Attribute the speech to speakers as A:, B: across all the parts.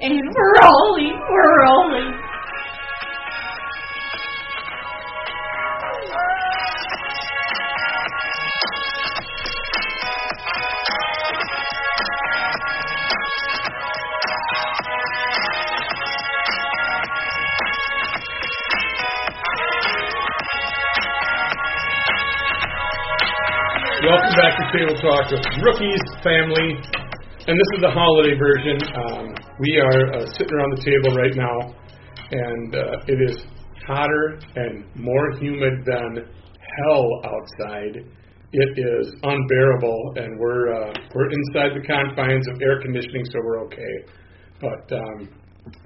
A: And rolling, we're rolling.
B: Welcome back to Table Talk with Rookies Family, and this is the holiday version. Um, we are uh, sitting around the table right now, and uh, it is hotter and more humid than hell outside. It is unbearable, and we're uh, we're inside the confines of air conditioning, so we're okay. But um,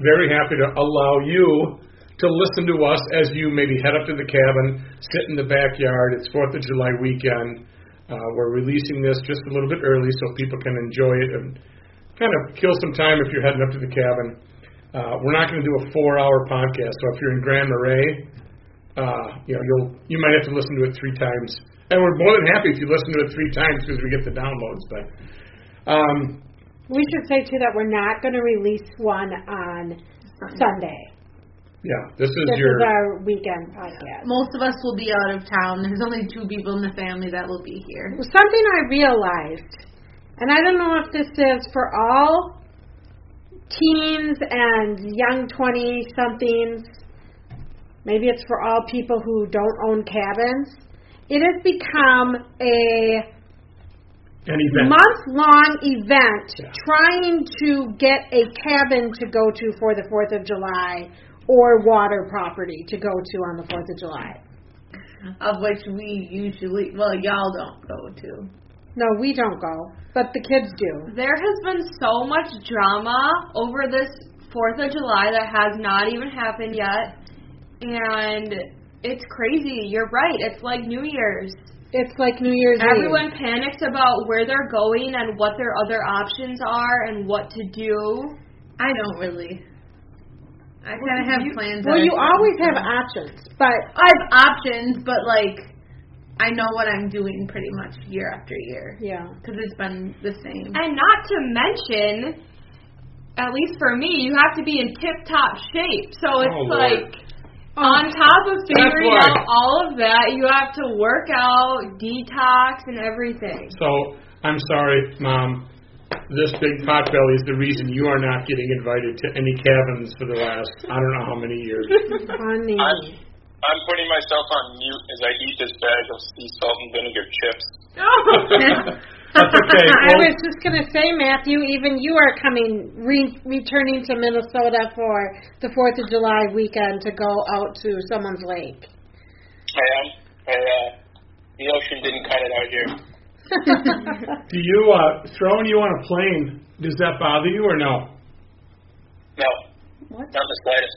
B: very happy to allow you to listen to us as you maybe head up to the cabin, sit in the backyard. It's Fourth of July weekend. Uh, we're releasing this just a little bit early so people can enjoy it and kind of kill some time if you're heading up to the cabin. Uh, we're not going to do a four-hour podcast, so if you're in Grand Marais, uh, you know you'll you might have to listen to it three times. And we're more than happy if you listen to it three times because we get the downloads. But um,
C: We should say too that we're not going to release one on Sunday.
B: yeah, this is
C: This
B: your
C: is our weekend podcast.
D: Most of us will be out of town. There's only two people in the family that will be here.
C: Something I realized, and I don't know if this is for all teens and young 20 somethings, maybe it's for all people who don't own cabins. It has become a
B: an event.
C: month long event
B: Yeah.
C: trying to get a cabin to go to for the 4th of July or water property to go to on the 4th of July.
D: Of which we usually, well, y'all don't go to.
C: No, we don't go, but the kids do.
E: There has been so much drama over this 4th of July that has not even happened yet. And it's crazy. You're right. It's like New Year's.
C: It's like New Year's
E: Everyone
C: Eve.
E: panics about where they're going and what their other options are and what to do.
D: I don't really. I kind of have plans.
C: Well,
D: that
C: you
D: are-
C: always have options, but
D: I have options, but like, I know what I'm doing pretty much year after year
C: yeah.
D: because it's been the same.
E: And not to mention, at least for me, you have to be in tip top shape. So it's
B: Oh, Lord. Oh.
E: like on top of figuring
B: why.
E: out all of that, you have to work out, detox, and everything.
B: So I'm sorry, Mom. This big potbelly is the reason you are not getting invited to any cabins for the last I don't know how many years.
C: Funny.
F: I'm, I'm putting myself on mute as I eat this bag of sea salt and vinegar chips.
B: That's okay.
C: I
B: Well,
C: was just going to say, Matthew, even you are coming, re- returning to Minnesota for the 4th of July weekend to go out to someone's lake.
F: And, and uh, the ocean didn't cut it out here.
B: do you uh, throwing you on a plane? Does that bother you or no?
F: No,
D: What?
F: not the slightest.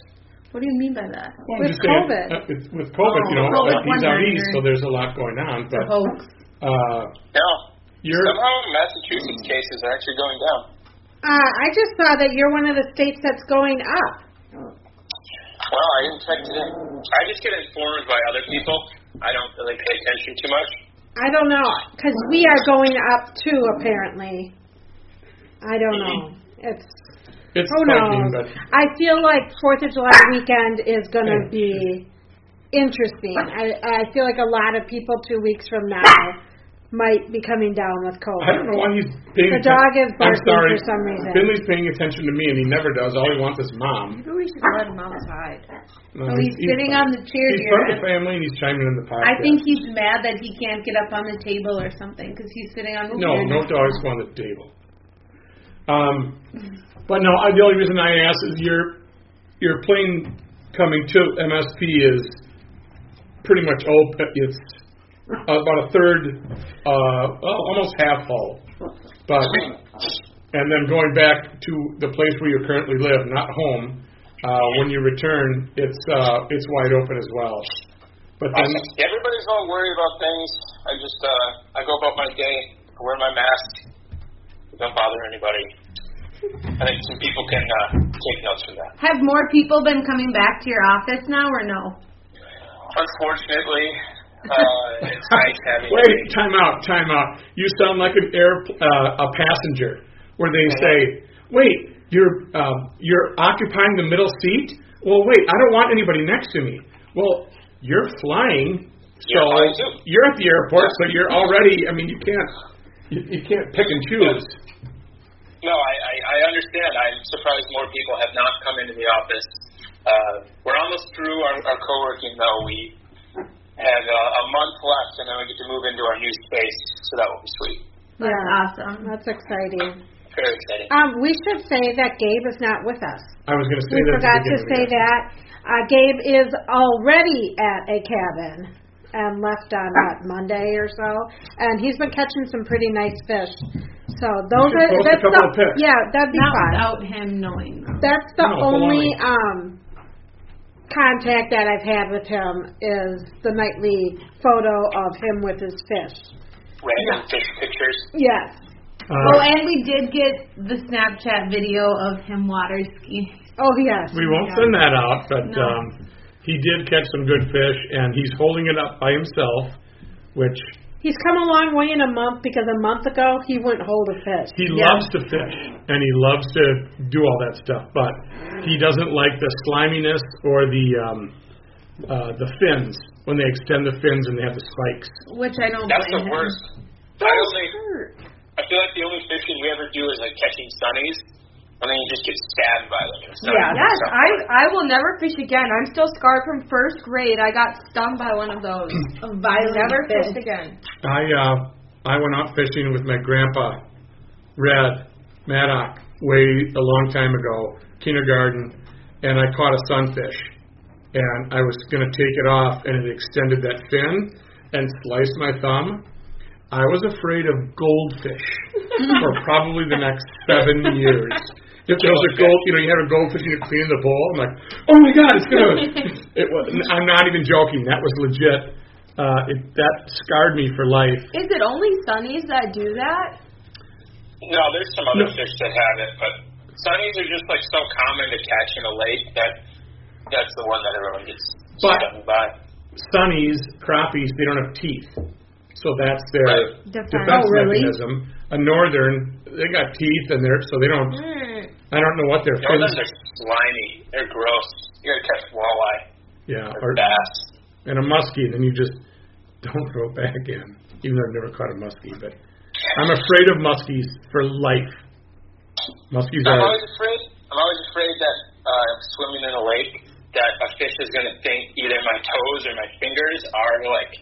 D: What do you mean by that?
B: Well,
C: With
B: I'm just saying,
C: COVID.
B: uh, it's, with COVID, you know,
D: Oh,
B: like
D: well,
B: these are
D: wondering.
B: east, so there's a lot going on.
D: The
B: But
C: Oh.
D: hoax.
B: uh,
F: No.
B: you're
F: Somehow Massachusetts cases are actually going down.
C: Uh, I just saw that you're one of the states that's going up.
F: Well, I didn't check today. I just get informed by other people. I don't really pay attention too much.
C: I don't know, because we are going up too, apparently. I don't know. It's
B: it's
C: who
B: fucking,
C: knows.
B: but
C: I feel like Fourth of July weekend is going to be interesting. I I feel like a lot of people two weeks from now might be coming down with
B: I don't know
C: COVID.
B: why he's paying.
C: The dog
B: atten-
C: is
B: I'm
C: barking
B: sorry.
C: for some reason.
B: Finley's paying attention to me, and he never does. All he wants is mom.
D: Maybe we should let him outside.
B: No,
D: Oh, he's sitting on
B: fine.
D: the chair
B: He's
D: here.
B: part of the family, and he's chiming in the
D: I
B: podcast.
D: think he's mad that he can't get up on the table or something because he's sitting on the
B: No,
D: chair.
B: no dogs go on the table. Um, but no, I, the only reason I asked is your your plane coming to MSP is pretty much open. It's about a third, uh, well, almost half full. But and then going back to the place where you currently live, not home. Uh, when you return, it's uh, it's wide open as well. But then
F: Everybody's all worried about things. I just, uh, I go about my day. I wear my mask. Don't bother anybody. I think some people can uh, take notes from that.
D: Have more people been coming back to your office now or no?
F: Unfortunately, uh, it's nice having.
B: Wait, time out, time out. You sound like an air uh, a passenger, where they say, "Wait, You're um, you're occupying the middle seat. Well, wait, I don't want anybody next to me. Well, you're flying, so
F: You're flying too.
B: you're at the airport, so you're already. I mean, you can't you, you can't pick and choose.
F: No, I, I, I understand. I'm surprised more people have not come into the office. Uh, we're almost through our, our co-working, though. We have a, a month left, and then we get to move into our new space, so that will be sweet.
D: That's
C: Yeah.
D: awesome.
C: That's exciting.
F: Very exciting.
C: Um, we should say that Gabe is not with us.
B: I was going to say
C: We
B: that. at the
C: forgot to
B: beginning of the
C: say
B: episode.
C: that. Uh, Gabe is already at a cabin and left on
B: Ah.
C: what Monday or so, and he's been catching some pretty nice fish. So those
B: should
C: are
B: post a
C: that's
B: couple of
C: the,
B: pics.
C: yeah that'd be
D: Not
C: fun.
D: without him knowing, though.
C: That's the
B: No, it's a long
C: only
B: week.
C: um contact that I've had with him is the nightly photo of him with his fish.
F: Random fish pictures.
C: Yes.
B: Uh,
D: Oh, and we did get the Snapchat video of him water skiing.
C: Oh yes.
B: We won't send that out, but um, he did catch some good fish, and he's holding it up by himself, which
C: He's come a long way in a month because a month ago he wouldn't hold a fish.
B: he loves to fish, and he loves to do all that stuff, but he doesn't like the sliminess or the um, uh, the fins when they extend the fins and they have the spikes.
D: Which I don't
F: That's the
D: blame him.
F: worst. I only, I feel like the only fishing we ever do is like catching sunnies, and then you just get stabbed by them.
E: Yeah, that's I I will never fish again. I'm still scarred from first grade. I got stung by one of those.
D: A
E: I
D: violent
E: never
D: fish.
E: fished again.
B: I uh, I went out fishing with my grandpa, Red Maddock, way a long time ago, kindergarten, and I caught a sunfish, and I was going to take it off, and it extended that fin and sliced my thumb. I was afraid of goldfish for probably the next seven years. If there was a gold, you know, you have a goldfish and you clean the bowl. I'm like, oh my god, it's gonna. It was. I'm not even joking. That was legit. Uh, it, that scarred me for life.
E: Is it only sunnies that do that?
F: No, there's some other
B: No.
F: fish that have it, but sunnies are just like so common to catch in a lake that that's the one that everyone gets
B: But-
F: stung by.
B: Sunnies, crappies, they don't have teeth, so that's their
F: Right.
E: Defense.
B: defense
C: Oh, really?
B: mechanism. A northern, they got teeth, and they're so they don't.
E: Mm.
B: I don't know what their fins.
F: Northerns are slimy. They're gross. You gotta catch walleye
B: Yeah,
F: or
B: or
F: bass.
B: and a muskie, then you just don't go back in. Even though I've never caught a muskie, but I'm afraid of muskies for life. Muskies
F: I'm
B: are
F: always afraid. I'm always afraid that uh, swimming in a lake, that a fish is gonna think either my toes or my fingers are like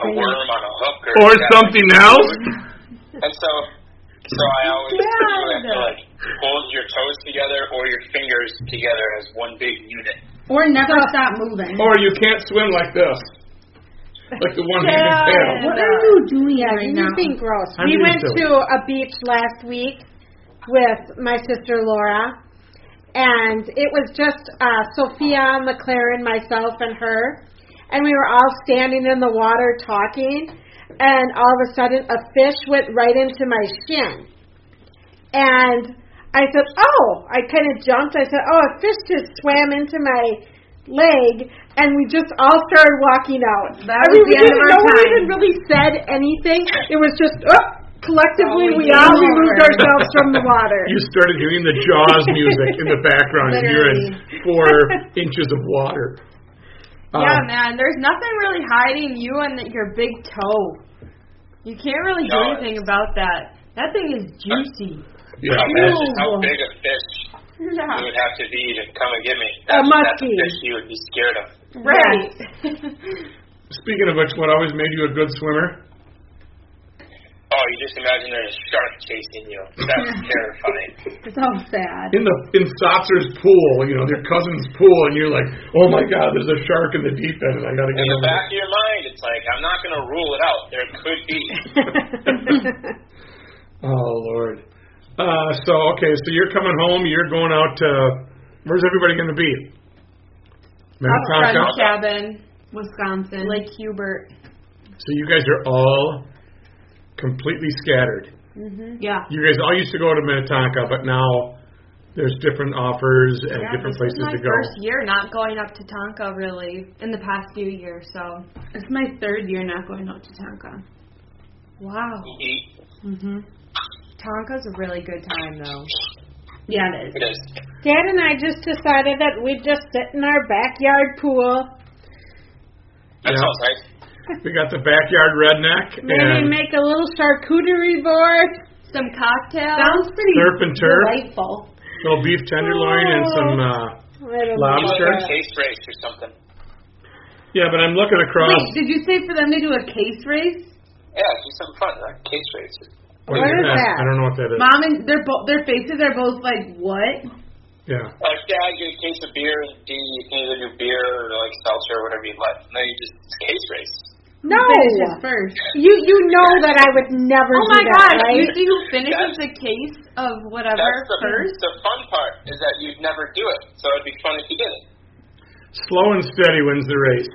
F: a worm on a hook or
B: or
F: yeah,
B: something else.
F: And so, so I always you have to like hold your toes together or your fingers together as one big unit.
D: Or never stop moving.
B: Or you can't swim like this, like the one-handed
E: Yeah.
B: paddle.
D: what are you doing
C: Yeah,
D: right now?
C: you're being gross.
B: I'm
C: we
B: being
C: went
B: silly.
C: to a beach last week with my sister Laura, and it was just uh, Sophia, McLaren, myself, and her. And we were all standing in the water talking, and all of a sudden a fish went right into my shin. And I said, Oh, I kind of jumped. I said, Oh, a fish just swam into my leg. And we just all started walking out.
D: That
C: I
D: was
C: mean, we
D: the end
C: didn't,
D: of our
C: no one
D: time.
C: even really said anything. It was just, oh,
D: Oh,
C: collectively,
D: we
C: we all
D: did.
C: removed ourselves from the water.
B: You started hearing the Jaws music in the background, and you're in four inches of water.
E: Yeah,
B: Um,
E: man. There's nothing really hiding you and th- your big toe. You can't really do
F: No.
E: anything about that. That thing is juicy.
B: yeah.
F: Imagine how big a fish you
E: Yeah.
F: would have to be to come and get me. That's, that's a
C: muskie.
F: fish you would be scared of.
E: Right.
B: Speaking of which, what always made you a good swimmer?
F: Oh, you just imagine there's a shark chasing you. That's terrifying.
D: so sad.
B: in the in Sotzer's pool, you know, their cousin's pool, and you're like, oh my god, there's a shark in the deep end, and I gotta
F: In
B: get
F: the
B: over
F: back
B: it.
F: of your mind, it's like I'm not going to rule it out. There could be.
B: Oh lord. Uh, so okay, so you're coming home, you're going out to where's everybody gonna be? Minnetonka.
E: Friend's cabin,
D: Wisconsin.
E: Lake Hubert.
B: So you guys are all completely scattered.
E: Mm-hmm.
D: yeah.
B: You guys all used to go to Minnetonka, but now there's different offers and
E: Yeah,
B: different
E: this
B: places
E: is my
B: to go.
E: first year not going up to Tonka really in the past few years. So
D: It's my third year not going out to Tonka.
E: wow,
F: You eat.
D: Mm-hmm.
E: Tonka's a really good time though.
D: Yeah, it is.
F: It is.
C: Dad and I just decided that we'd just sit in our backyard pool,
F: That
B: Yeah.
F: sounds nice.
B: We got the backyard redneck
C: maybe
B: and
C: make a little charcuterie board.
E: Some cocktails.
D: Sounds pretty
B: surf and turf,
D: delightful.
B: little beef tenderloin and some. Uh,
C: It'll be-
B: Lobster. I'm sure.
F: Like a case race or something.
B: yeah, but I'm looking across.
D: Wait, did you say for them to do a case race?
F: Yeah, do something fun. Like case Uh, race.
B: What
C: What is that?
B: I don't know what that is.
D: Mom and their bo- their faces are both like what?
B: Yeah.
F: Like, yeah, I get a case of beer and D. You can either do beer or like seltzer or whatever you like. And then you just it's case race.
C: No,
D: Who finishes first.
C: you you know that I would never.
E: Oh
C: do
E: my
C: that,
E: god! You
C: right?
E: see who finishes the case of whatever
F: That's the
E: first?
F: the fun part is that you'd never do it. So it'd be fun if you did it.
B: Slow and steady wins the race.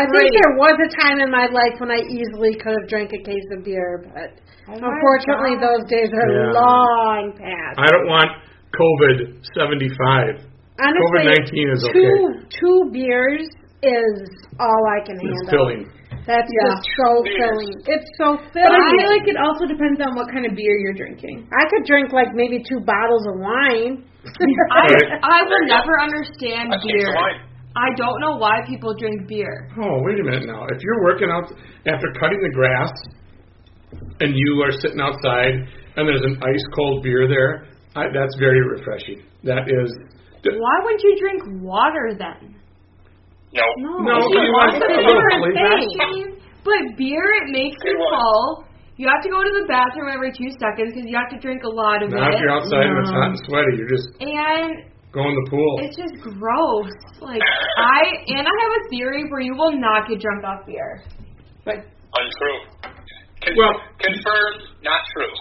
C: I think there was a time in my life when I easily could have drank a case of beer, but unfortunately, those days are
B: Yeah.
C: long past.
B: I don't want COVID 75.
C: Honestly,
B: COVID-19 is
C: two
B: okay.
C: two beers is all I can handle.
B: It's filling.
C: That's
D: Yeah.
C: just so
F: Beers.
C: filling. It's so
D: But
C: filling.
D: I feel like it also depends on what kind of beer you're drinking.
C: I could drink like maybe two bottles of wine.
E: I
B: Right.
E: I will never understand
F: A case
E: beer.
F: of wine.
E: I don't know why people drink beer.
B: Oh, wait a minute now. If you're working out after cutting the grass and you are sitting outside and there's an ice cold beer there, I, that's very refreshing. That is.
E: Why wouldn't you drink water then?
F: No.
B: No,
E: It's
B: you want
E: lots of
B: a little
E: different
B: flavor.
E: things. But beer, it makes you
F: It was.
E: full. You have to go to the bathroom every two seconds because you have to drink a lot of
B: Now, if
E: it.
B: you're outside and it's hot and sweaty, you're just
E: And
B: going to the pool.
E: it's just gross. Like I and I have a theory where you will not get drunk off beer.
D: But
F: Untrue. Con-
B: Well-
F: confirmed, not true.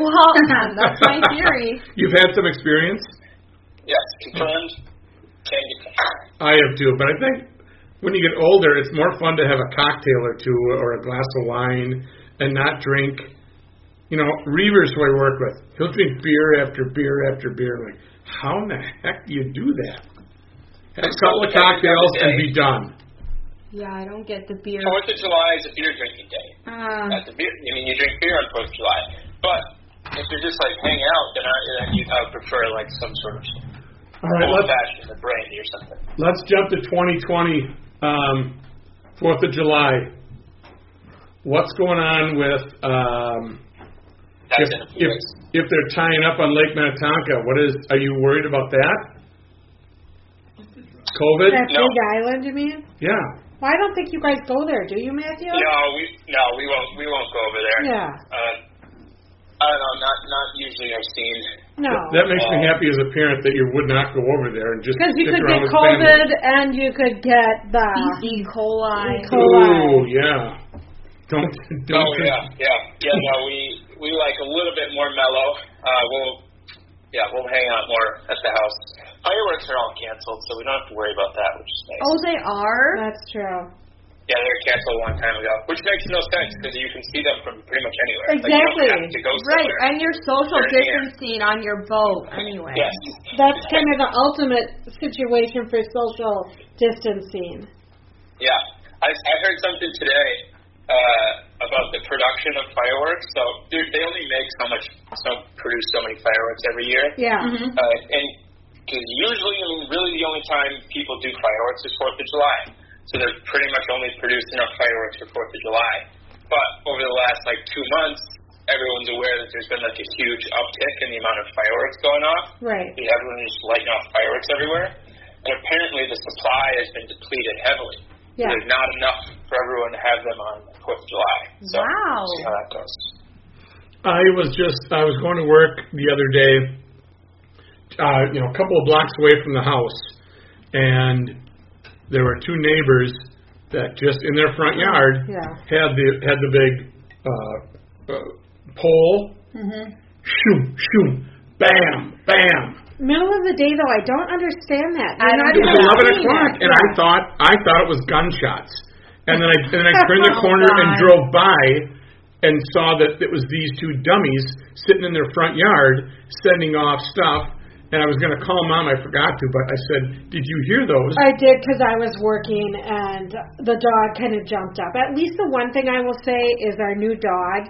E: Well, that's my theory.
B: You've had some experience?
F: Yes, confirmed. Can get
B: I have too, but I think when you get older, it's more fun to have a cocktail or two or a glass of wine and not drink. You know, Reavers, who I work with, he'll drink beer after beer after beer. I'm like, how in the heck do you do that? Have a couple of cocktails and be done.
E: Yeah, I don't get the beer. Ah,
F: Fourth of July is a beer drinking day.
D: uh,
F: That's a beer. I mean, you drink beer on Fourth of July, but if you're just like hanging out, then I, then you I would prefer like some sort of
B: All right,
F: old
B: let's
F: fashioned or brandy or something.
B: let's jump to 2020, um, Fourth of July. What's going on with um, if,
F: That's in a few
B: if,
F: days.
B: if they're tying up on Lake Minnetonka, what is? Are you worried about that? COVID?
C: That
F: No.
C: big island, you mean?
B: Yeah.
C: Well, I don't think you guys go there, do you, Matthew?
F: No, we no, we won't we won't go over there.
C: Yeah.
F: Uh, I don't know. Not not usually our scene.
C: No.
B: That makes me happy as a parent that you would not go over there and just
C: Because you
B: stick
C: could
B: around
C: get
B: with
C: COVID and you could get the.
E: E. coli.
C: E.
B: Family.
C: coli.
B: Ooh, yeah. Don't don't.
F: Oh yeah, yeah, yeah. No, we we like a little bit more mellow. Uh, we'll yeah, we'll hang out more at the house. Fireworks are all canceled, so we don't have to worry about that, which is nice.
E: Oh, they are.
C: That's true.
F: Yeah, they were canceled a long time ago, which makes no sense because you can see them from pretty much anywhere.
C: Exactly.
F: Like, you don't have to go
E: Right,
F: somewhere.
E: and you're social
F: They're here.
E: distancing on your boat anyway.
F: Yes.
C: That's kind of the ultimate situation for social distancing.
F: Yeah, I, I heard something today uh, about the production of fireworks. So dude, they only make so much, so produce so many fireworks every year.
C: Yeah.
D: Mm-hmm.
F: Uh, and because usually, I mean, really, the only time people do fireworks is Fourth of July. So they're pretty much only produced enough fireworks for Fourth of July. But over the last like two months, everyone's aware that there's been like a huge uptick in the amount of fireworks going off.
C: Right.
F: Yeah, everyone is lighting off fireworks everywhere. And apparently the supply has been depleted heavily.
C: Yeah.
F: There's not enough for everyone to have them on 4th of July. So
E: Wow.
F: we'll see how that goes.
B: I was just I was going to work the other day, uh, you know, a couple of blocks away from the house, and there were two neighbors that just in their front yard
C: Yeah.
B: had the had the big uh, uh, pole, shoom shoom, bam bam.
C: Middle of the day, though, I don't understand that. You're
E: I
C: not
E: don't
B: It was
C: even
B: eleven
C: seeing
B: o'clock,
C: it.
B: and I
C: Yeah.
B: thought I thought it was gunshots, and then I and then I turned the
C: Oh,
B: corner and
C: God.
B: drove by and saw that it was these two dummies sitting in their front yard sending off stuff, And I was going to call mom, I forgot to, but I said, "Did you hear those?"
C: I did because I was working and the dog kind of jumped up. At least the one thing I will say is our new dog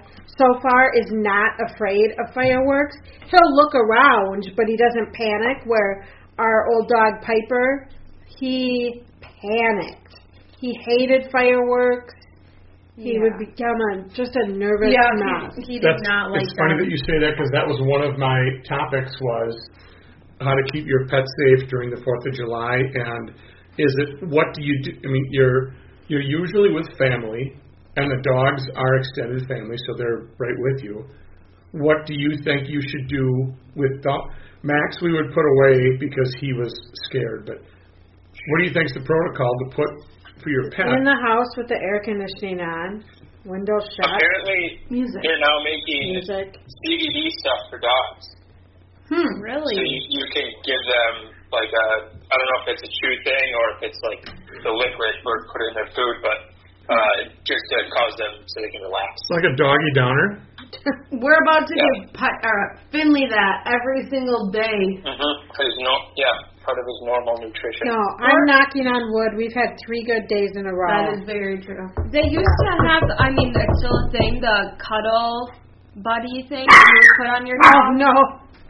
C: so far is not afraid of fireworks. He'll look around, but he doesn't panic. Where our old dog Piper, he panicked. He hated fireworks. He would become a, just a nervous
D: Yeah,
C: mess.
D: he, he did
B: That's,
D: not like
B: it's funny
D: them.
B: that you say that because that was one of my topics was how to keep your pet safe during the Fourth of July, and is it what do you do? I mean, you're you're usually with family, and the dogs are extended family, so they're right with you. What do you think you should do with dog? Max? We would put away because he was scared, but what do you think's the protocol to put for your pet?
C: In the house with the air conditioning on, windows shut,
F: Apparently,
D: Music.
F: they're now making
C: music.
F: CBD stuff for dogs.
D: Hmm.
F: So you,
D: Really?
F: you can give them like a I don't know if it's a chew thing or if it's like the liquid or put it in their food, but uh, just to cause them so they can relax.
B: It's like a doggy downer.
D: We're about to
F: Yeah.
D: give Pi- uh, Finley that every single day.
F: Mm-hmm. His no, yeah, part of his normal nutrition.
C: No, I'm knocking on wood. We've had three good days in a row.
D: That is very true.
E: They used to have, I mean, it's still a thing, the cuddle buddy thing that you would put on your
C: oh
E: dog.
C: no,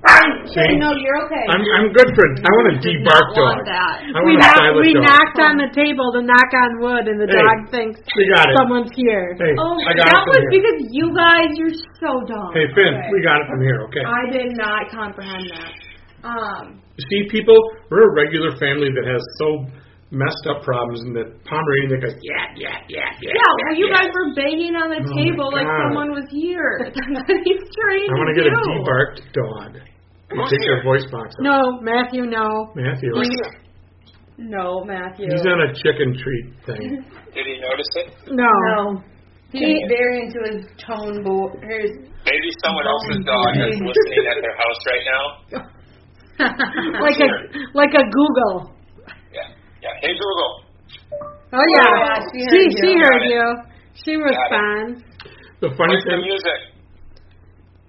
B: Change.
D: no, you're okay.
B: I'm I'm good for. I want a
E: Did
B: debark
E: not
B: dog.
E: want that.
B: I want a
C: we, knock,
B: silent
C: we
B: dog.
C: knocked on the table to knock on wood, and the
B: Hey.
C: dog thinks
B: We got it.
C: someone's here.
B: Hey,
E: Oh,
B: I got it
E: that
B: from
E: was
B: here.
E: because you guys, you're so dumb.
B: hey, Finn, we got it from here, okay?
E: I did not comprehend that. Um,
B: See, people, we're a regular family that has so messed up problems, and the Pomeranian that goes, yeah, yeah, yeah, yeah.
E: yeah, well, you guys were banging on the
B: Oh my
E: table like
B: God.
E: someone was here. He's trained
B: I want to
E: to
B: get a
E: do.
B: debarked dog. You take your voice box out.
C: No, Matthew, no.
B: Matthew,
E: No, Matthew.
B: he's on a chicken treat thing.
F: Did he notice it?
C: No.
D: no. He's very into his tone board. His
F: Maybe someone else's dog is listening at their house right now.
C: Like a like a Google.
F: Yeah, yeah. Hey Google.
C: Oh
D: yeah,
C: yeah.
D: she heard
C: she she
D: you.
C: heard you. She responds.
B: The funny
F: Where's the
B: thing,
F: music?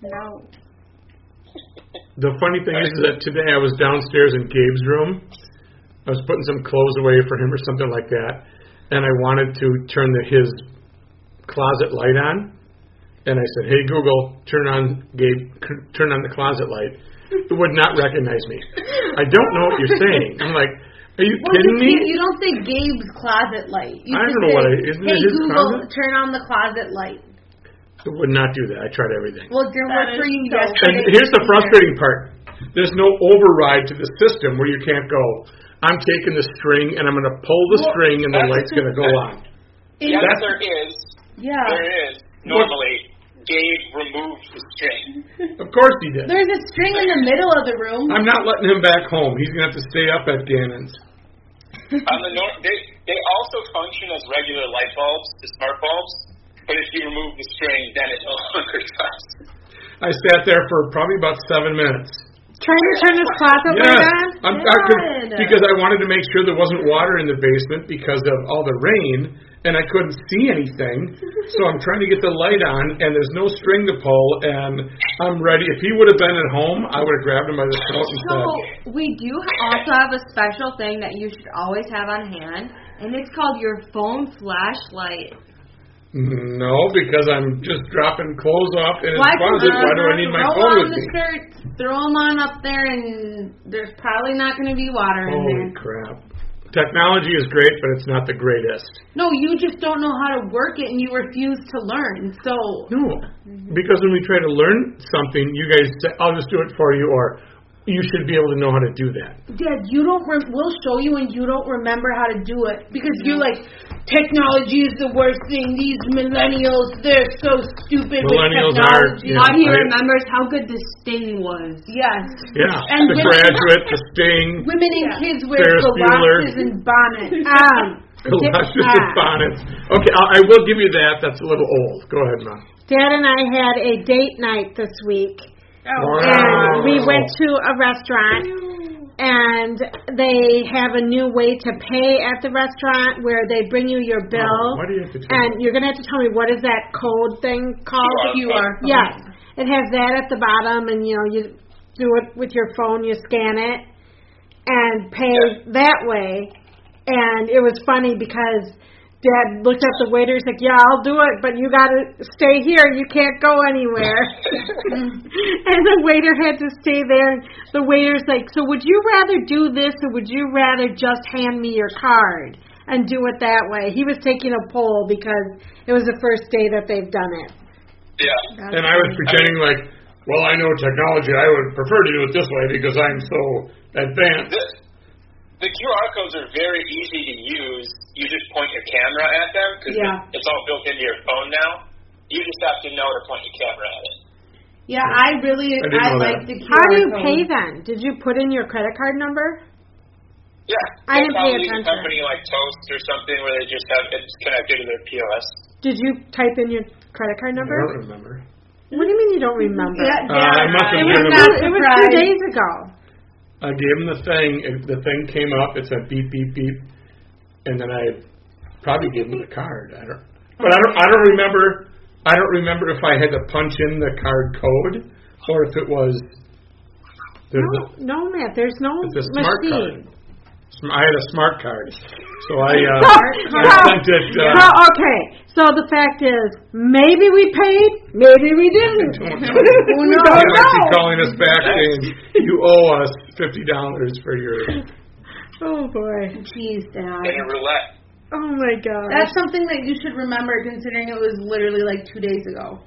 E: No.
B: the funny thing is that today I was downstairs in Gabe's room. I was putting some clothes away for him or something like that, and I wanted to turn the, his closet light on. And I said, "Hey Google, turn on Gabe, c- turn on the closet light." It would not recognize me. I don't know what you're saying. I'm like, "Are you
D: Well,
B: kidding
D: you,
B: me?"
D: you don't say Gabe's closet light. You
B: I don't
D: just
B: know
D: say,
B: what I- isn't it
D: hey,
B: his
D: Google,
B: closet?
D: turn on the closet light.
B: It would not do that. I tried everything.
D: Well, it didn't work
E: That
D: for
E: is
D: you
E: so-
B: And
D: yesterday.
B: here's the frustrating part: there's no override to the system where you can't go. I'm taking the string and I'm going to pull the
F: Well,
B: string and the
F: that's-
B: light's going to go on.
F: Yes,
B: That's-
F: there is.
E: Uh,
D: Yeah.
F: There is. Normally, Gabe removed the string.
B: Of course he did.
D: There's a string in the middle of the room.
B: I'm not letting him back home. He's going to have to stay up at Gannon's.
F: On the nor- they they also function as regular light bulbs, the smart bulbs. But if you remove the string, then it no longer does.
B: I sat there for probably about seven minutes.
C: Trying to turn this
D: Oh
C: closet
B: Yes,
C: light
B: I'm,
C: on?
B: I could, because I wanted to make sure there wasn't water in the basement because of all the rain, and I couldn't see anything. so I'm trying to get the light on, and there's no string to pull, and I'm ready. If he would have been at home, I would have grabbed him by the throat and said,
E: So we do also have a special thing that you should always have on hand, and it's called your phone flashlight.
B: "No, because I'm just dropping clothes off in his
D: Why can't
B: closet.
D: you
B: Why do I
D: just
B: need my
D: throw
B: phone
D: on
B: with
D: the
B: me?"
D: shirts, throw them on up there, and there's probably not going to be water in
B: Holy
D: there.
B: crap! Technology is great, but it's not the greatest.
D: No, you just don't know how to work it, and you refuse to learn. So
B: No, because when we try to learn something, you guys say, "I'll just do it for you," or "You should be able to know how to do that."
D: Dad, you don't. Rem- we'll show you, and you don't remember how to do it because you're
B: Mm.
D: like, technology is the worst thing. These millennials, they're so stupid.
B: Millennials
D: with
B: are,
D: technology.
B: Yeah,
E: All he
B: I-
E: remembers how good this thing was.
D: Yes,
B: Yeah,
D: And
B: the
D: women-
B: graduate, the sting,
D: women and kids wear
B: Ferris
D: galoshes and bonnets. Ah,
C: Um
B: galoshes,
C: Ah.
B: and bonnets. Okay, I, I will give you that. That's a little old. Go ahead, mom.
C: Dad and I had a date night this week.
B: Wow.
C: and we went to a restaurant and they have a new way to pay at the restaurant where they bring you your bill
B: Oh, why do you have to tell
C: and you're going to have to tell me what is that code thing called
F: QR code.
C: yes it has that at the bottom and you know you do it with your phone. You scan it and pay that way. And it was funny because Dad looked at the waiter. He's like, "Yeah, I'll do it, but you got to stay here. You can't go anywhere." and the waiter had to stay there. The waiter's like, "So would you rather do this, or would you rather just hand me your card and do it that way?" He was taking a poll because it was the first day that they've done it.
F: Yeah.
B: And I was pretending like, well, I know technology. I would prefer to do it this way because I'm so advanced.
F: The, the QR codes are very easy to use. You just point your camera at them because
D: Yeah.
F: it's all built into your phone now. You just have to know to point your camera at it.
D: Yeah, I really
B: I didn't
D: I,
B: know
D: like
B: that.
D: the QR
C: How do you
D: code.
C: pay then? Did you put in your credit card number?
F: Yeah.
C: I
F: They
C: didn't pay
F: probably use
C: attention.
F: a company like Toast or something where they just have it's connected to their POS.
C: Did you type in your credit card
B: I
C: number?
B: don't remember.
C: What do you mean you don't remember?
D: Yeah,
B: Uh, I must have
D: it was
B: given
D: not
B: up.
C: It was two
D: surprised.
C: days ago.
B: I gave him the thing. It, the thing came up. It said beep beep beep, and then I probably gave him the card. I don't. But I don't. I don't remember. I don't remember if I had to punch in the card code or if it was. There's a,
C: No, no, Matt. There's no
B: it's a smart
C: machine.
B: card. Sm- I had a smart card, so I uh, I
C: card.
B: sent it. Uh,
C: Well, okay. So the fact is, maybe we paid, maybe we didn't.
B: Don't know.
C: Who knows?
B: They might be calling us back saying you owe us fifty dollars for your.
C: Oh boy.
D: Jeez, Dad.
F: In a roulette.
C: Oh my god.
D: That's something that you should remember, considering it was literally like two days ago.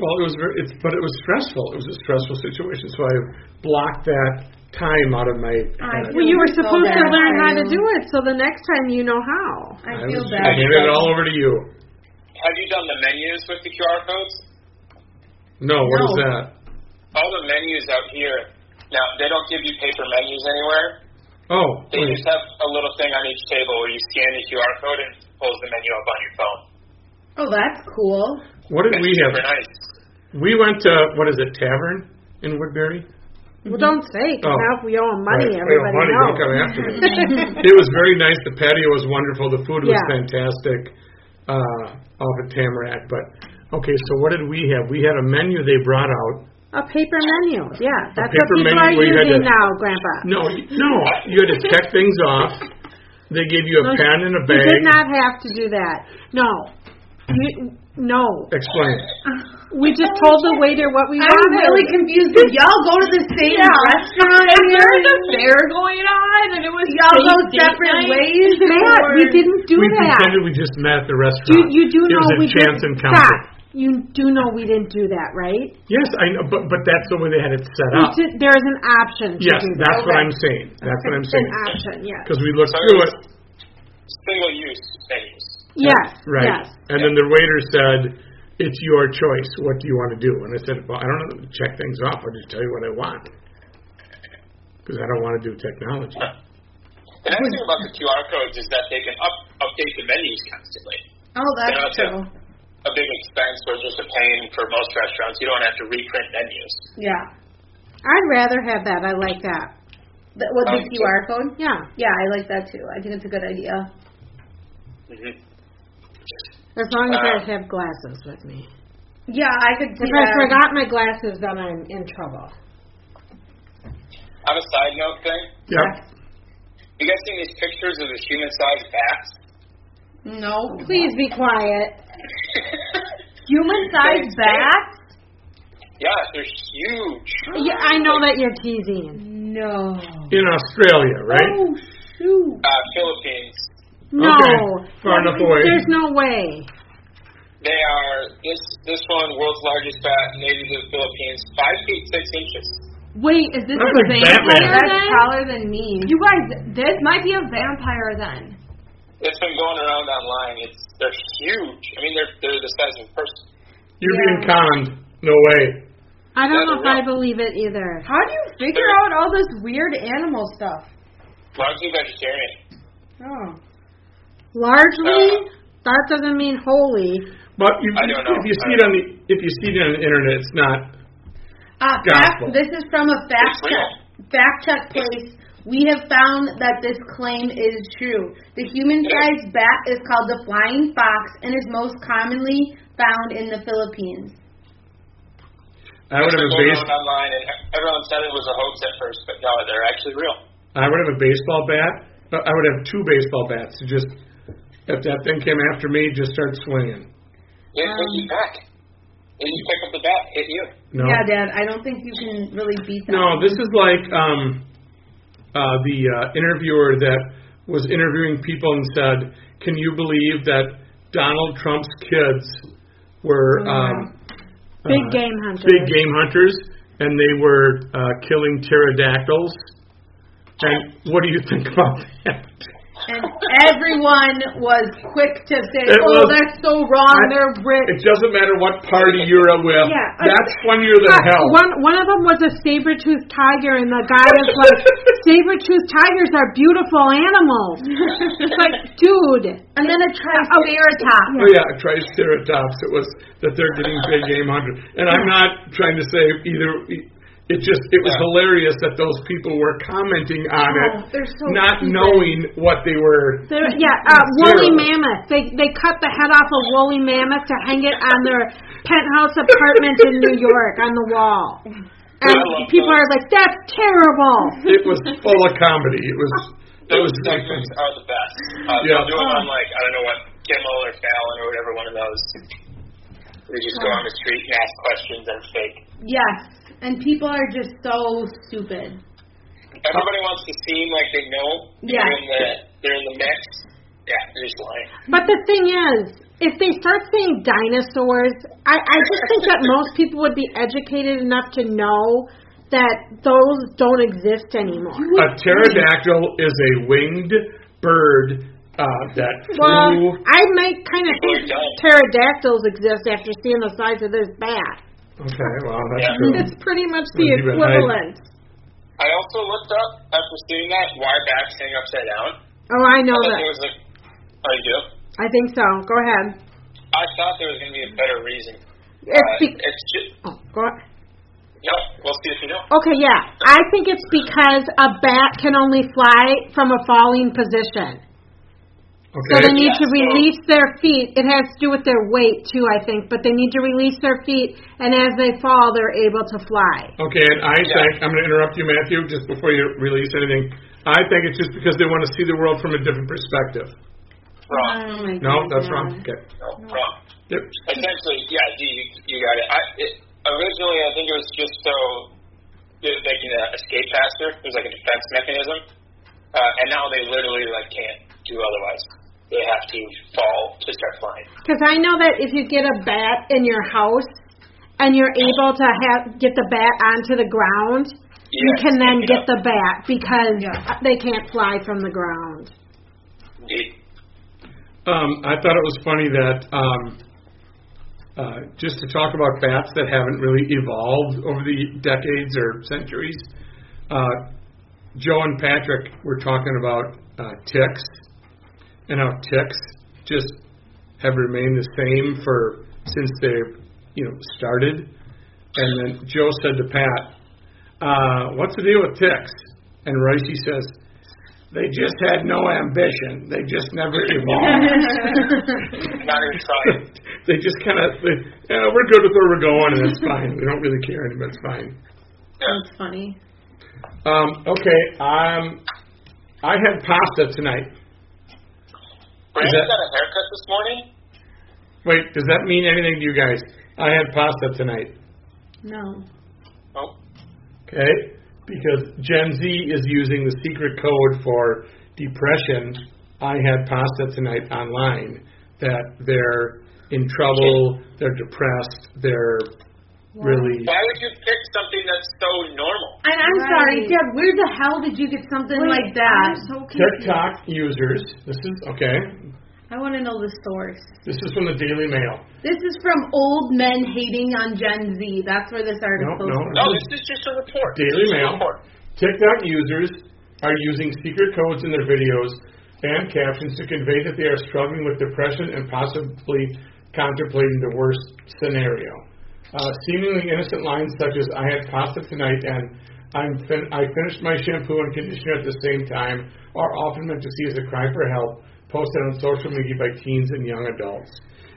B: Well, it was ver- it's but it was stressful. It was a stressful situation, so I blocked that time out of my.
D: I-
C: well, you were
D: so
C: supposed to
D: bad.
C: learn how to do it, so the next time you know how.
D: I,
B: I
D: feel
B: was-
D: bad.
B: I handed it all over to you.
F: Have you done the menus with the QR codes?
B: No, what is
D: No.
B: that?
F: All the menus out here now they don't give you paper menus anywhere.
B: Oh,
F: They
B: wait.
F: just have a little thing on each table where you scan the QR code and it pulls the menu up on your phone.
D: Oh, that's cool.
B: what did
F: It's
B: we
F: super
B: have?
F: nice.
B: We went to what is it? Tavern in Woodbury.
D: Mm-hmm.
C: Well, don't say. 'cause
B: Oh.
C: Now if we owe him money,
B: Right. Well,
C: everybody
B: money,
C: knows.
B: They come after me. it was very nice. The patio was wonderful. The food was
C: Yeah.
B: fantastic uh, off at Tamarack. But okay, so what did we have? We had a menu they brought out.
C: A paper menu. Yeah, that's what
B: paper
C: people
B: menu
C: are
B: where you had
C: using
B: to-
C: now, Grandpa.
B: No, y- no, you had to check things off. They gave you a
C: No,
B: pen and a
C: You
B: bag.
C: did not have to do that. No. You, no.
B: Explain.
C: We just told the waiter what we
D: I'm
C: wanted.
D: really confused. Did y'all go to the same restaurant?
E: There was a fair going on, and it was
D: Y'all go
E: date night.
D: separate ways.
C: Matt, we
D: or-
C: didn't do
B: we
C: that.
B: pretended we just met at the
C: You,
B: restaurant.
C: you do
B: it
C: know
B: was a
C: we
B: chance
C: didn't.
B: encounter.
C: Stop. You do know we didn't do that, right?
B: Yes, I know, but but that's the way they had it set
C: We
B: up.
C: did, there's an option to
B: Yes,
C: do that.
B: that's what
C: Okay.
B: I'm saying. That's what I'm saying.
C: An option, yes.
B: Because we looked
F: So
B: through
F: it's-
B: it.
F: Single use menus.
C: Yes,
B: Right.
C: yes.
B: And then the waiter said, "It's your choice. What do you want to do?" And I said, "Well, I don't know. Check things off. I'll just tell you what I want because I don't want to do technology."
F: The nice thing about the QR codes is that they can up, update the menus constantly.
D: Oh,
F: You know,
D: that's
F: it's a,
D: true.
F: a big expense or just a pain for most restaurants. You don't have to reprint menus.
D: Yeah.
C: I'd rather have that. I like that.
D: The, what the
F: Um,
D: QR code?
C: Yeah.
D: Yeah, I like that too. I think it's a good idea.
F: Mm-hmm.
C: As long as I
F: Uh,
C: have glasses with me.
D: Yeah, I could see
C: If I
D: that.
C: forgot my glasses, then I'm in trouble.
F: On a side note thing,
B: Yep.
F: you guys seen these pictures of the human-sized bats?
D: No.
C: Please be quiet.
E: Human-sized bats?
F: yeah, they're huge.
C: Yeah, I know that you're teasing.
E: No.
B: In Australia, right?
D: Oh shoot.
F: Uh, Philippines.
C: No.
B: Okay, far enough away.
C: There's no way.
F: They are this this one world's largest bat native to the Philippines, five feet six inches.
E: Wait, is this
B: That's
E: a
B: like Batman.
E: vampire
C: That's
E: then?
D: taller than me.
E: You guys, this might be a vampire then.
F: It's been going around online. It's they're huge. I mean, they're they're the size of a person.
B: You're being conned. No way.
C: I don't know if
F: That's
C: I
F: right.
C: believe it either.
D: How do you figure out all this weird animal stuff?
F: Largely vegetarian.
D: Oh.
C: Largely, that doesn't mean wholly.
B: But you,
F: I don't know.
B: if you see
F: I
B: it on the if you see it on the internet, it's not.
D: Uh, fact,
B: Gospel.
D: this is from a fact
F: It's real.
D: check, fact check place. We have found that this claim is true. The human-sized bat is called the flying fox and is most commonly found in the Philippines.
B: I would have a
F: going
B: base.
F: around online, and everyone said it was a hoax at first, but no, they're actually real.
B: I would have a baseball bat. uh, I would have two baseball bats to just if that thing came after me, just start swinging.
F: It hit you back. And you pick up the bat, hit you.
B: No,
G: Yeah, Dad, I don't think you can really beat that.
B: no, this is like um, uh, the uh, interviewer that was interviewing people and said, "Can you believe that Donald Trump's kids were um,
C: Big
B: uh,
C: game hunter.
B: big game hunters and they were uh, killing pterodactyls?" And what do you think about that?
D: And everyone was quick to say,
B: It
D: "Oh,
B: was-
D: that's so wrong.
B: I-
D: They're rich."
B: It doesn't matter what party you're with.
C: Yeah, I-
B: that's funnier than
C: Uh,
B: hell.
C: One one of them was a saber toothed tiger, and the guy was like, "Saber toothed tigers are beautiful animals." It's like, dude, Oh,
G: And then a triceratop.
B: Oh yeah, Triceratops. It was that they're getting big game hunter, and I'm not trying to say either. It just it was
F: Yeah.
B: hilarious that those people were commenting on it,
G: Oh, they're so
B: not
G: stupid.
B: knowing what they were.
C: They're, yeah, uh, woolly
B: Zero.
C: mammoth. They they cut the head off a woolly mammoth to hang it on their penthouse apartment in New York on the wall. And
F: I love
C: people
F: that.
C: are like, "That's terrible."
B: It was full of comedy. It was. It was
F: Those segments are the best. Uh,
B: Yeah.
F: They'll do them on like I don't know what Kimmel or Fallon or whatever one of those. They just go on the street and ask questions and fake.
D: Yes, and people are just so stupid.
F: Everybody wants to seem like they know.
D: Yeah.
F: They're in the, they're in the mix. Yeah, they're just lying.
C: But the thing is, if they start saying dinosaurs, I, I just think that most people would be educated enough to know that those don't exist anymore.
B: a pterodactyl is a winged bird uh, that
C: Well,
B: flew.
C: I might kind of think pterodactyls exist after seeing the size of this bat.
B: Okay, well that's
F: Yeah.
B: true.
C: It's pretty much
B: Well,
C: the
B: you and I-
C: equivalent.
F: I also looked up after seeing that why bats hang upside down.
C: Oh, I know
F: I thought
C: that.
F: there was like, oh, you do?
C: I think so. Go ahead.
F: I thought there was going to be a better reason.
C: It's
F: uh,
C: be-
F: it's just,
C: oh, go ahead.
F: no, we'll see if you know.
C: Okay, yeah. I think it's because a bat can only fly from a falling position. So
B: Okay.
C: they need to
F: Yeah, so-
C: release their feet. It has to do with their weight too, I think. But they need to release their feet, and as they fall, they're able to fly.
B: Okay, and I think I'm going to interrupt you, Matthew, just before you release anything. I think it's just because they want to see the world from a different perspective.
F: Wrong.
C: Uh,
G: Oh my God,
B: No, that's
G: Dad.
B: wrong. Okay.
F: No, wrong.
B: Yep.
F: Essentially, yeah, you, you- you got it. I, it. Originally, I think it was just so they they can uh, escape faster. It was like a defense mechanism, uh, and now they literally like can't do otherwise. They have to fall to start flying.
C: Because I know that if you get a bat in your house, and you're able to have get the bat onto the ground, you
F: Yes,
C: can then
F: yeah.
C: get the bat because they can't fly from the ground.
F: Indeed.
B: Um, I thought it was funny that um, uh, just to talk about bats that haven't really evolved over the decades or centuries. Uh, Joe and Patrick were talking about uh, ticks and how ticks just have remained the same for since they you know started. And then Joe said to Pat, uh, "What's the deal with ticks?" And Ricey says, "They just had no ambition. They just never evolved."
F: Not even trying.
B: they just kind of, yeah, we're good with where we're going, and it's fine. We don't really care anymore. It's fine.
G: That's funny.
B: Um, okay. Um, I had pasta tonight.
F: Brandon
B: that-
F: got a haircut this morning.
B: Wait, does that mean anything to you guys? I had pasta tonight.
G: No.
F: Oh,
B: Okay, because Gen Z is using the secret code for depression. I had pasta tonight online. That they're in trouble. They're depressed. They're really.
F: why would you pick something that's so normal?
D: And I'm
G: Right.
D: sorry, Deb. Where the hell did you get something like that?
G: I'm so confused.
B: TikTok users. This is okay.
D: I want to know the source.
B: This is from the Daily Mail.
D: This is from old men hating on Gen Z. That's where this
B: No,
D: article.
B: no.
D: is.
F: No,
B: this is
F: this is just a report.
B: Daily
F: Just a
B: Mail.
F: report.
B: TikTok users are using secret codes in their videos and captions to convey that they are struggling with depression and possibly contemplating the worst scenario. Uh, seemingly innocent lines such as "I had pasta tonight" and "I'm fin- I finished my shampoo and conditioner at the same time" are often meant to see as a cry for help, posted on social media by teens and young adults.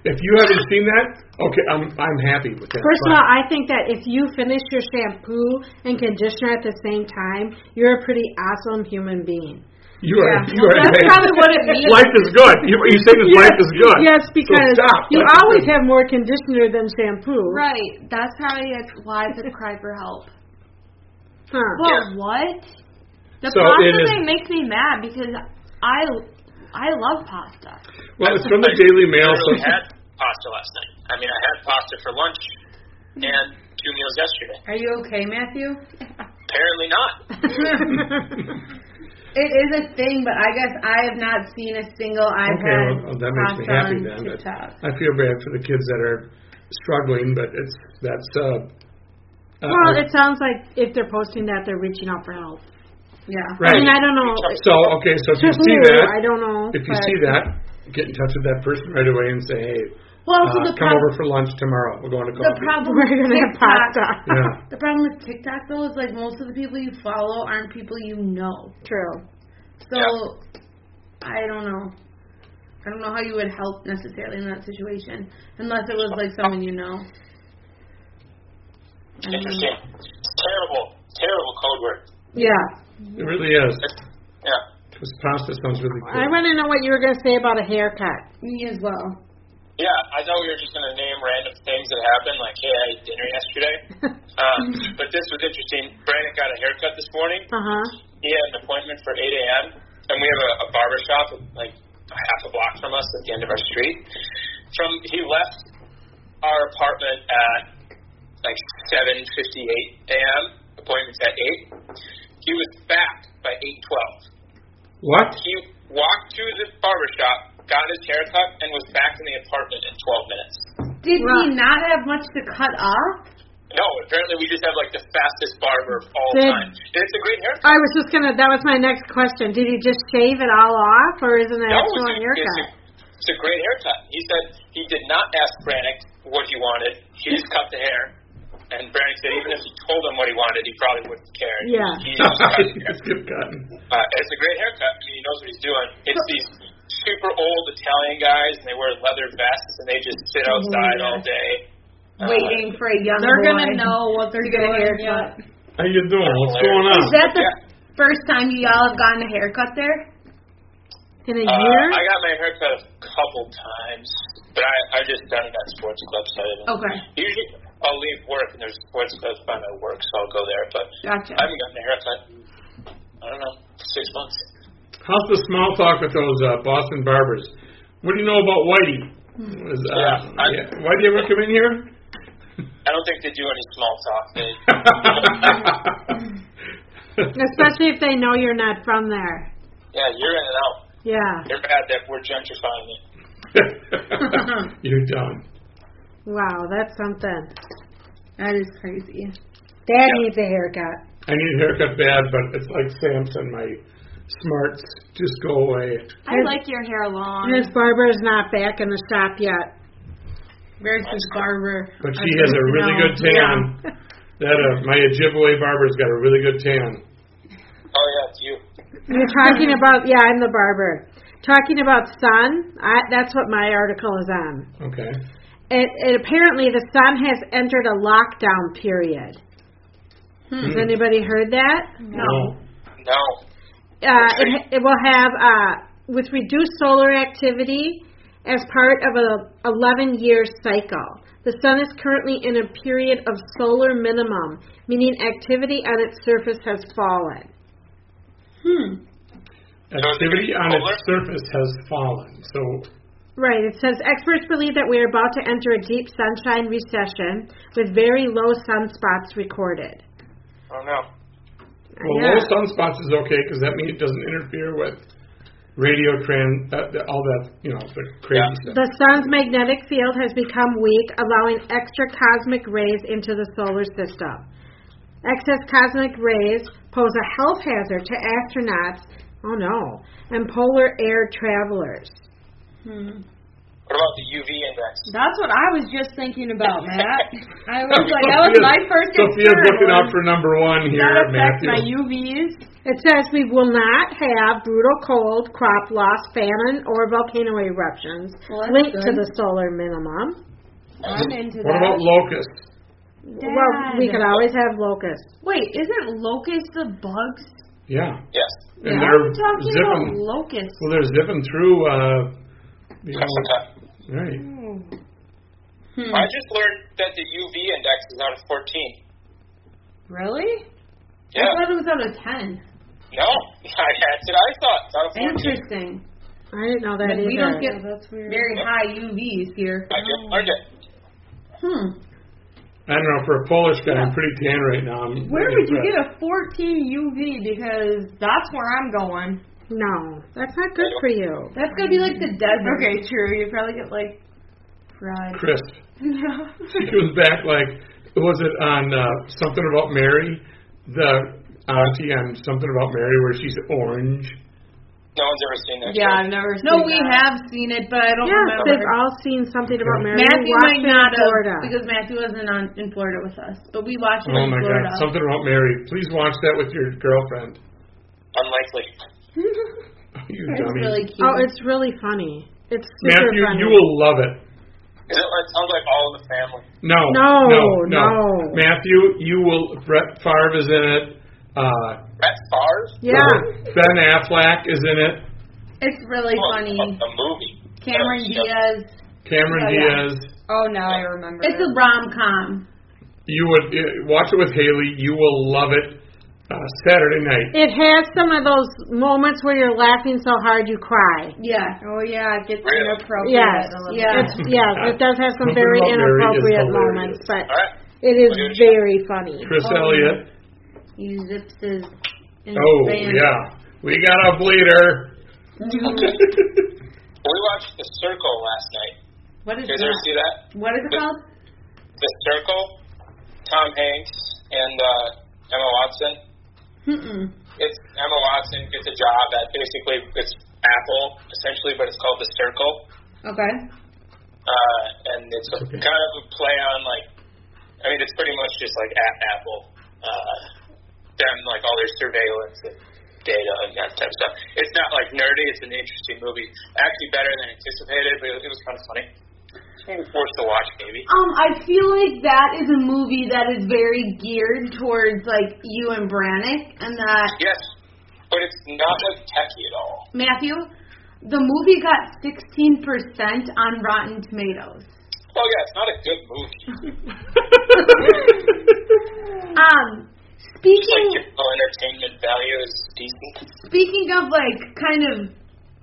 B: If you haven't seen that, okay, I'm I'm happy with that.
C: First of
B: Fine.
C: all, I think that if you finish your shampoo and conditioner at the same time, you're a pretty awesome human being.
B: you are
C: yeah.
B: you are
E: That's
B: amazing.
E: probably what it means.
B: Life is good. You, you say this life is good.
C: Yes, because
B: so stop.
C: you
B: Life is
C: always
B: good.
C: have more conditioner than shampoo.
E: Right. That's probably it's why it's a cry for help.
C: Huh.
E: But what? The
B: So
E: pasta
B: it is-
E: thing makes me mad because I I love pasta.
B: Well, it's from the Daily Mail. So
F: literally had pasta last night. I mean, I had pasta for lunch and two meals yesterday.
G: Are you okay, Matthew?
F: Apparently not.
G: It is a thing, but I guess I have not seen a single iPad.
B: okay, well, that makes me
G: pasta
B: happy
G: on
B: then. but
G: TikTok.
B: I feel bad for the kids that are struggling, but it's that's uh. uh
C: Well, it sounds like if they're posting that, they're reaching out for help.
G: Yeah.
B: right.
C: I mean, I don't know.
B: so okay, so if you
C: To who?
B: see that,
C: I don't know.
B: if you
C: but-
B: see that, get in touch with that person right away and say, hey,
C: Oh,
D: Well,
B: uh,
D: also the
B: come
D: prob-
B: over for lunch tomorrow. We're going to
G: The
B: coffee.
G: problem
C: We're gonna have
G: with TikTok,
C: pasta.
B: yeah.
G: the problem with TikTok though is like most of the people you follow aren't people you know.
C: True.
G: So I don't know. I don't know how you would help necessarily in that situation unless it was like someone you know. I don't know.
F: Interesting. It's terrible, terrible code word.
C: Yeah.
B: It really is.
F: Yeah.
B: Because pasta sounds really
C: I
B: cool.
C: want to know what you were going to say about a haircut.
G: Me as well.
F: Yeah, I thought we were just going to name random things that happened, like, hey, I ate dinner yesterday. um, but this was interesting. Brandon got a haircut this morning.
C: Uh huh.
F: He had an appointment for 8 a.m., and we have a, a barber shop like a half a block from us at the end of our street. From He left our apartment at like 7.58 a.m., appointment's at 8. He was back by 8.12
B: What?
F: he walked to the barber shop, got his haircut, and was back in the apartment in 12 minutes.
G: Did he
C: Right.
G: not have much to cut off?
F: No, apparently we just have like the fastest barber of all
C: Did-
F: time. And it's a great haircut.
C: I was just going to, that was my next question. Did he just shave it all off or is it an
F: No,
C: actual
F: it's, a, it's, a,
C: haircut?
F: it's a great haircut. He said he did not ask Brannick what he wanted. He just cut the hair. And Brannick said even if he told him what he wanted, he probably wouldn't care.
C: Yeah.
F: He just cut the hair.
B: It's good cutting.
F: Uh, it's a great haircut. I mean, he knows what he's doing. It's these super old Italian guys, and they wear leather vests, and they just sit
G: Mm-hmm.
F: outside all day. Uh,
G: Waiting for a young
E: They're
G: boy.
E: gonna know what they're
G: to get a
E: doing.
G: haircut.
E: yeah.
B: How you doing? What's going
G: Is
B: on?
G: that the
F: Yeah.
G: first time you all have gotten a haircut there?
C: In a
F: Uh,
C: year?
F: I got my haircut a couple times, but I I just done it at sports club. So I didn't.
G: Okay,
F: Usually I'll leave work and there's sports clubs by my work, so I'll go there. But
G: gotcha.
F: I haven't gotten a haircut. In, I don't know, six months.
B: How's the small talk with those uh, Boston barbers? What do you know about Whitey? Was, uh,
F: Yeah, I-
B: yeah. Why do you ever come in here?
F: I don't think they do any small talk. They,
C: Especially if they know you're not from there.
F: yeah, you're in and out.
C: Yeah.
F: You're bad that we're gentrifying it.
B: You're done.
C: Wow, that's something.
G: That is crazy.
C: Dad
F: Yeah.
C: needs a haircut.
B: I need a haircut bad, but it's like Samson. My smarts just go away.
E: I like your hair long.
C: His barber's not back in the shop yet.
G: Where's this barber?
B: But she has a really good tan. That uh, my Ojibwe barber's got a really good tan.
F: Oh yeah, it's you.
C: You're talking about, yeah, I'm the barber. Talking about sun, I, that's what my article is on.
B: Okay.
C: It, it apparently the sun has entered a lockdown period.
B: Hmm.
C: Has anybody heard that?
B: No.
F: No.
C: Uh, it, it will have uh, with reduced solar activity as part of a 11 year cycle. The sun is currently in a period of solar minimum, meaning activity on its surface has fallen.
B: Activity on its surface has fallen. So
C: Right. It says experts believe that we are about to enter a deep sunshine recession with very low sunspots recorded.
F: Oh no.
B: well, low sunspots is okay because that means it doesn't interfere with radio tran uh, the- all that you know the crazy stuff.
C: The sun's magnetic field has become weak, allowing extra cosmic rays into the solar system. Excess cosmic rays pose a health hazard to astronauts, oh no, and polar air travelers.
F: What about the UV index?
E: That's what I was just thinking about, Matt. I was like, that was my first
B: Sophia's
E: concern.
B: looking out
E: was,
B: for number one here,
E: that affects
B: Matthew.
E: my UVs.
C: It says we will not have brutal cold, crop loss, famine, or volcano eruptions
E: Well, that's
C: linked to
E: good.
C: the solar minimum.
E: I'm into
B: What
E: that.
B: about locusts?
C: Well, we
E: Dad.
C: could always have locusts.
E: Wait, isn't locust the bugs?
B: Yeah.
F: Yes.
B: And
E: Why
B: they're
E: are we talking
B: zipping.
E: about locusts?
B: Well, they're zipping through. Uh, you know,
F: Sometimes.
B: right.
G: Hmm.
F: I just learned that the UV index is out of 14.
E: Really?
F: Yeah.
G: I thought it was out of ten.
F: No, I had to. I saw it. It's out of 14.
G: Interesting.
C: I didn't know that either.
G: We don't get
E: That's weird.
G: very high UVs here.
F: I just learned it.
G: Hmm.
B: I don't know. For a Polish guy, I'm pretty tan right now. I'm
E: Where would you get a 14 UV? Because that's where I'm going.
C: No, that's not good for you.
G: That's gonna be like the desert.
E: Okay, true. You probably get like fried.
B: Crisp.
E: Yeah.
B: It was back like was it on uh, something about Mary, the auntie on something about Mary where she's orange.
F: No one's ever seen that.
E: yeah,
F: show.
E: I've never seen
D: No, we
E: that.
D: have seen it, but I don't
C: Yes,
D: remember.
C: they've all seen something about Mary.
G: Matthew might
C: Watchmen
G: not
C: in Florida.
G: have because Matthew wasn't on in Florida with us, but we watched it
B: Oh
G: in
B: my
G: Florida.
B: God, something about Mary. Please watch that with your girlfriend. Oh,
F: Unlikely.
B: you
G: it's
B: dummy.
G: really cute.
C: oh, it's really funny. It's super
B: Matthew,
C: funny.
B: you will love it.
F: Is it, it sounds like all in the family.
B: No,
C: No,
B: no,
C: no.
B: Matthew, you will. Brett Favre is in it. Uh,
F: That's bars?
C: yeah,
B: Ben Affleck is in it.
G: it's really
F: Oh,
G: funny.
F: A, a movie.
G: Cameron
F: Yeah.
G: Diaz.
B: Cameron
G: Oh, yeah.
B: Diaz.
E: Oh, now I remember.
G: It's
E: it.
G: a rom com.
B: You would uh, watch it with Haley. You will love it. Uh, Saturday night.
C: it has some of those moments where you're laughing so hard you cry.
G: Yeah.
E: Oh yeah, it gets
F: Really?
E: inappropriate.
C: Yes,
E: a little
G: Yeah.
E: bit.
C: It's, yeah, it does have some
B: Something
C: very
B: about Mary is
C: inappropriate
B: hilarious.
C: moments, but
F: All right.
C: it is
F: I'll give it a shot.
C: very funny.
B: Chris
G: Oh,
B: Elliott.
G: He zips his. in
B: Oh
G: his van.
B: yeah, we got a bleeder.
F: We watched The Circle last night.
G: What is
F: You guys ever
G: that?
F: see that?
G: What is it called?
F: The Circle, Tom Hanks and uh, Emma Watson.
G: Mm-mm.
F: It's Emma Watson gets a job at basically it's Apple essentially, but it's called The Circle,
G: Okay.
F: uh, and it's a, kind of a play on like, I mean, it's pretty much just like at Apple, uh, them like all their surveillance and data and that type of stuff. It's not like nerdy. It's an interesting movie, actually better than anticipated, but it, was- it was kind of funny. Being forced to watch, maybe.
G: Um, I feel like that is a movie that is very geared towards like you and Brannick, and that
F: Yes, but it's not like techie at all.
G: Matthew, the movie got 16% on Rotten Tomatoes.
F: Oh yeah, it's not a good movie.
G: Um,
F: Like
G: speaking
F: typical entertainment value is decent.
G: speaking of like kind of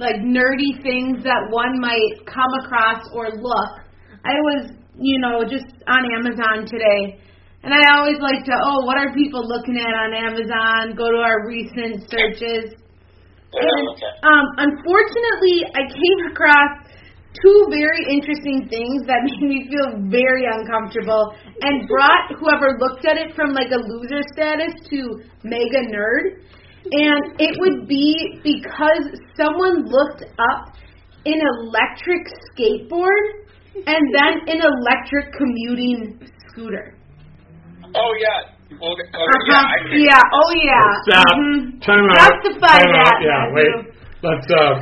G: like nerdy things that one might come across or look, I was you know just on Amazon today, and I always like to oh what are people looking at on Amazon? Go to our recent searches.
F: Yeah, okay.
G: Um, unfortunately, I came across two very interesting things that made me feel very uncomfortable and brought whoever looked at it from like a loser status to mega nerd. And it would be because someone looked up an electric skateboard and then an electric commuting scooter.
F: Oh yeah. Well, okay, oh, yeah, I
G: Uh-huh.
F: agree.
G: Yeah. Oh yeah.
B: Stop.
G: Mhm.
B: Time out.
G: Justify
B: Time out.
G: that,
B: Yeah,
G: Matthew.
B: wait. Let's uh,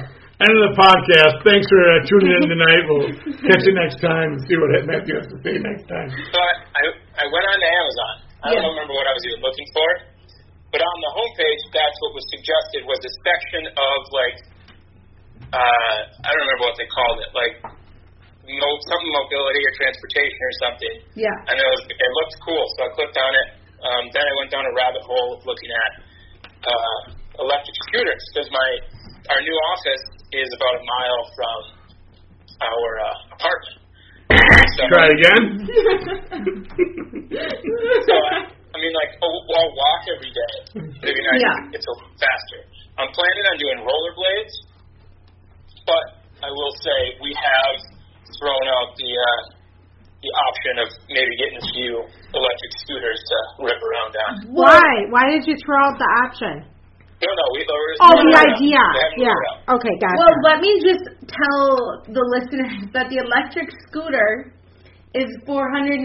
B: end the podcast. Thanks for uh, tuning in tonight. We'll catch you next time and see what Matthew has to say next time.
F: So I, I I went on to Amazon. I
G: Yeah.
F: don't remember what I was even looking for, but on the homepage, that's what was suggested was a section of like, uh, I don't remember what they called it, like mo- something mobility or transportation or something.
G: Yeah.
F: And it was it looked cool, so I clicked on it. Um, then I went down a rabbit hole of looking at uh, electric scooters because my our new office is about a mile from our uh, apartment. So,
B: Try again.
F: so I, I mean, like, I'll, I'll walk every day. Maybe not
G: Yeah.
F: yeah. get so faster. I'm planning on doing rollerblades, but I will say we have thrown out the uh, the option of maybe getting a few electric scooters to rip around on.
C: Why? Why did you throw out the option?
F: No, no, we, there is-
C: Oh,
F: no,
C: the
F: no, no.
C: idea.
F: They haven't figured it out.
C: Yeah. Okay, gotcha.
G: Well, let me just tell the listeners that the electric scooter is $490.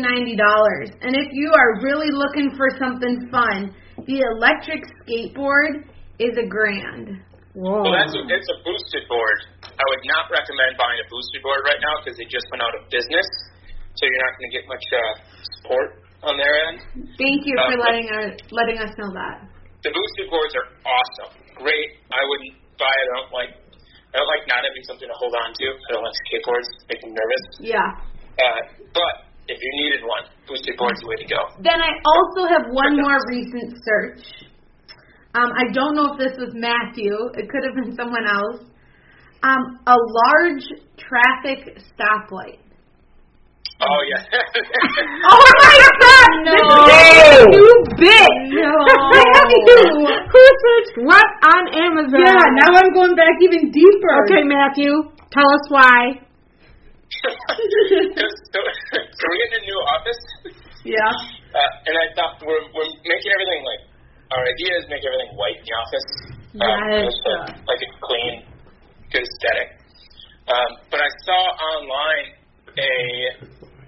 G: And if you are really looking for something fun, the electric skateboard is a grand.
C: Whoa.
F: Well, that's a, it's a boosted board. I would not recommend buying a boosted board right now because they just went out of business, so you're not going to get much uh, support on their end.
G: Thank you for
F: Uh,
G: letting our, letting us know that.
F: The boosted boards are awesome, great. I wouldn't buy it. I don't like. I don't like not having something to hold on to. I don't like skateboards; make me nervous.
G: Yeah.
F: Uh, but if you needed one, boosted board's the way to go.
G: Then I also have one more recent search. Um, I don't know if this was Matthew. It could have been someone else. Um, a large traffic stoplight.
F: Oh yeah.
C: oh my god!
G: No.
C: This is too big!
G: No.
C: Who searched what on Amazon?
D: Yeah, now I'm going back even deeper.
C: Okay, Matthew, tell us why.
F: so, so we're getting a new office.
D: Yeah.
F: Uh, and I thought we're, we're making everything like our idea is make everything white in the office, um,
G: Yes.
F: just like, like a clean, good aesthetic. Um, but I saw online a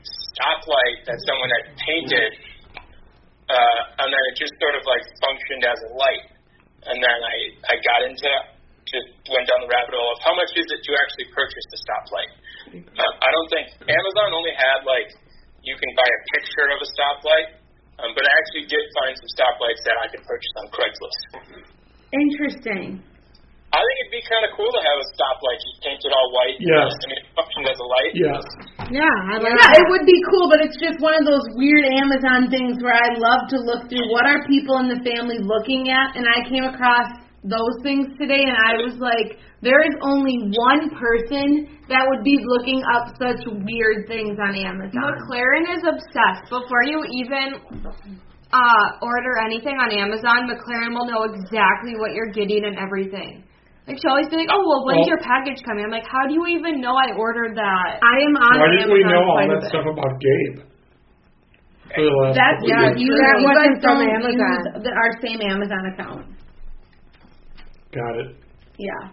F: stoplight that someone had painted, uh, and then it just sort of like functioned as a light. And then I I got into just went down the rabbit hole of how much is it to actually purchase the stoplight. Uh, I don't think Amazon only had like you can buy a picture of a stoplight, um, but I actually did find some stoplights that I could purchase on Craigslist.
G: Interesting.
F: I think it'd be kind of cool to have a stoplight just painted all white.
B: Yeah.
F: I mean, it functions as a light.
B: Yes.
C: Yeah, I like
D: Yeah, it would be cool, but it's just one of those weird Amazon things where I love to look through what are people in the family looking at, and I came across those things today, and I was like, there is only one person that would be looking up such weird things on Amazon.
E: McLaren is obsessed. Before you even uh, order anything on Amazon, McLaren will know exactly what you're getting and everything. Like she always be like, "Oh well, when's
B: Well-
E: your package coming?" I'm like, "How do you even know I ordered that?"
G: I am on
B: Why didn't we
G: Amazon
B: know all
G: quite a
B: that
G: bit.
B: stuff about Gabe? For the last
D: That's
B: couple
D: yeah,
B: of years.
D: you,
C: That
D: you
C: wasn't
D: guys
C: from
D: don't
C: Amazon.
D: use the, our same Amazon account.
B: Got it.
D: Yeah.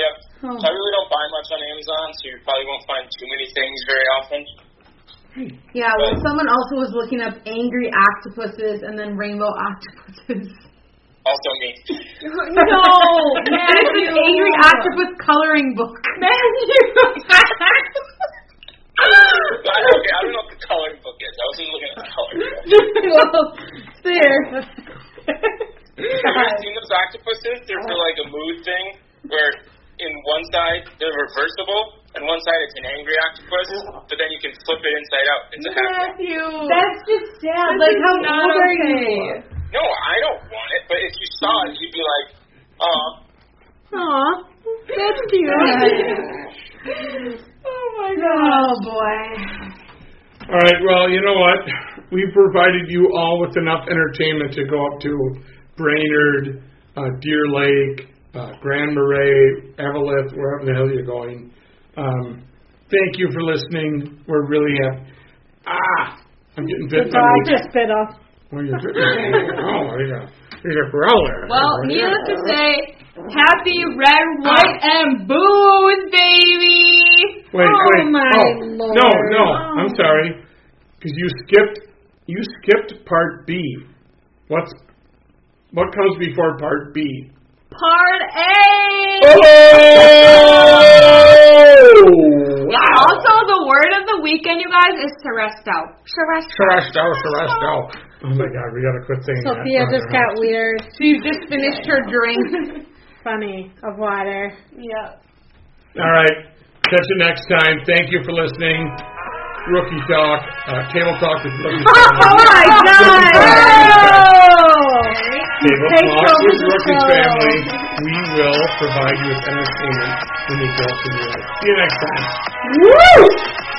F: Yeah. I really don't buy much on Amazon, so you probably won't find too many things very often.
D: Yeah, well, someone also was looking up angry octopuses and then rainbow octopuses.
F: Also me.
E: no,
D: This is
E: Matthew.
D: angry octopus coloring book.
F: But I, okay, I don't know what the coloring book is. I wasn't looking at the coloring book.
D: well, there.
F: Have you ever seen those octopuses? They're for like a mood thing where in one side they're reversible, and one side it's an angry octopus, but then you can flip it inside out. It's a happy.
E: Matthew.
D: That's just sad. like,
E: This is
D: how
E: not
D: old are
E: okay.
D: you?
F: No, I don't want it, but if you saw it, you'd be like, oh,
C: Aw, that's cute.
D: Oh, boy.
B: All right. Well, you know what? We've provided you all with enough entertainment to go up to Brainerd, uh, Deer Lake, uh, Grand Marais, Eveleth, wherever the hell you're going. Um, thank you for listening. We're really happy. Ah, I'm getting bit by
C: I
B: the.
C: just spit off.
B: Oh, you're a, you're a growler.
E: Well, needless to say, happy red, white,
C: Ah.
E: and booze, baby.
B: Wait,
C: Oh,
B: wait.
C: my
B: oh,
C: Lord.
B: No, no. I'm sorry. Because you skipped, you skipped part B. What's what comes before part B?
E: Part A.
B: Oh!
E: Also, the word of the weekend, you guys, is to rest out. To rest
B: Shrashed out, shrashed out. Oh my God, we gotta quit saying that.
C: Sophia
B: Oh,
C: just
B: no.
C: got weird.
D: She just finished her drink.
C: Funny of water.
E: Yep.
B: All right. Catch you next time. Thank you for listening. Rookie Talk, uh, Table Talk with Rookie
C: Oh
B: Talk.
C: my god!
B: Table
C: Thanks
B: Talk
C: for
B: with
C: the
B: Rookie
C: show.
B: Family. We will provide you with entertainment when you go to your life. See you next time.
C: Woo!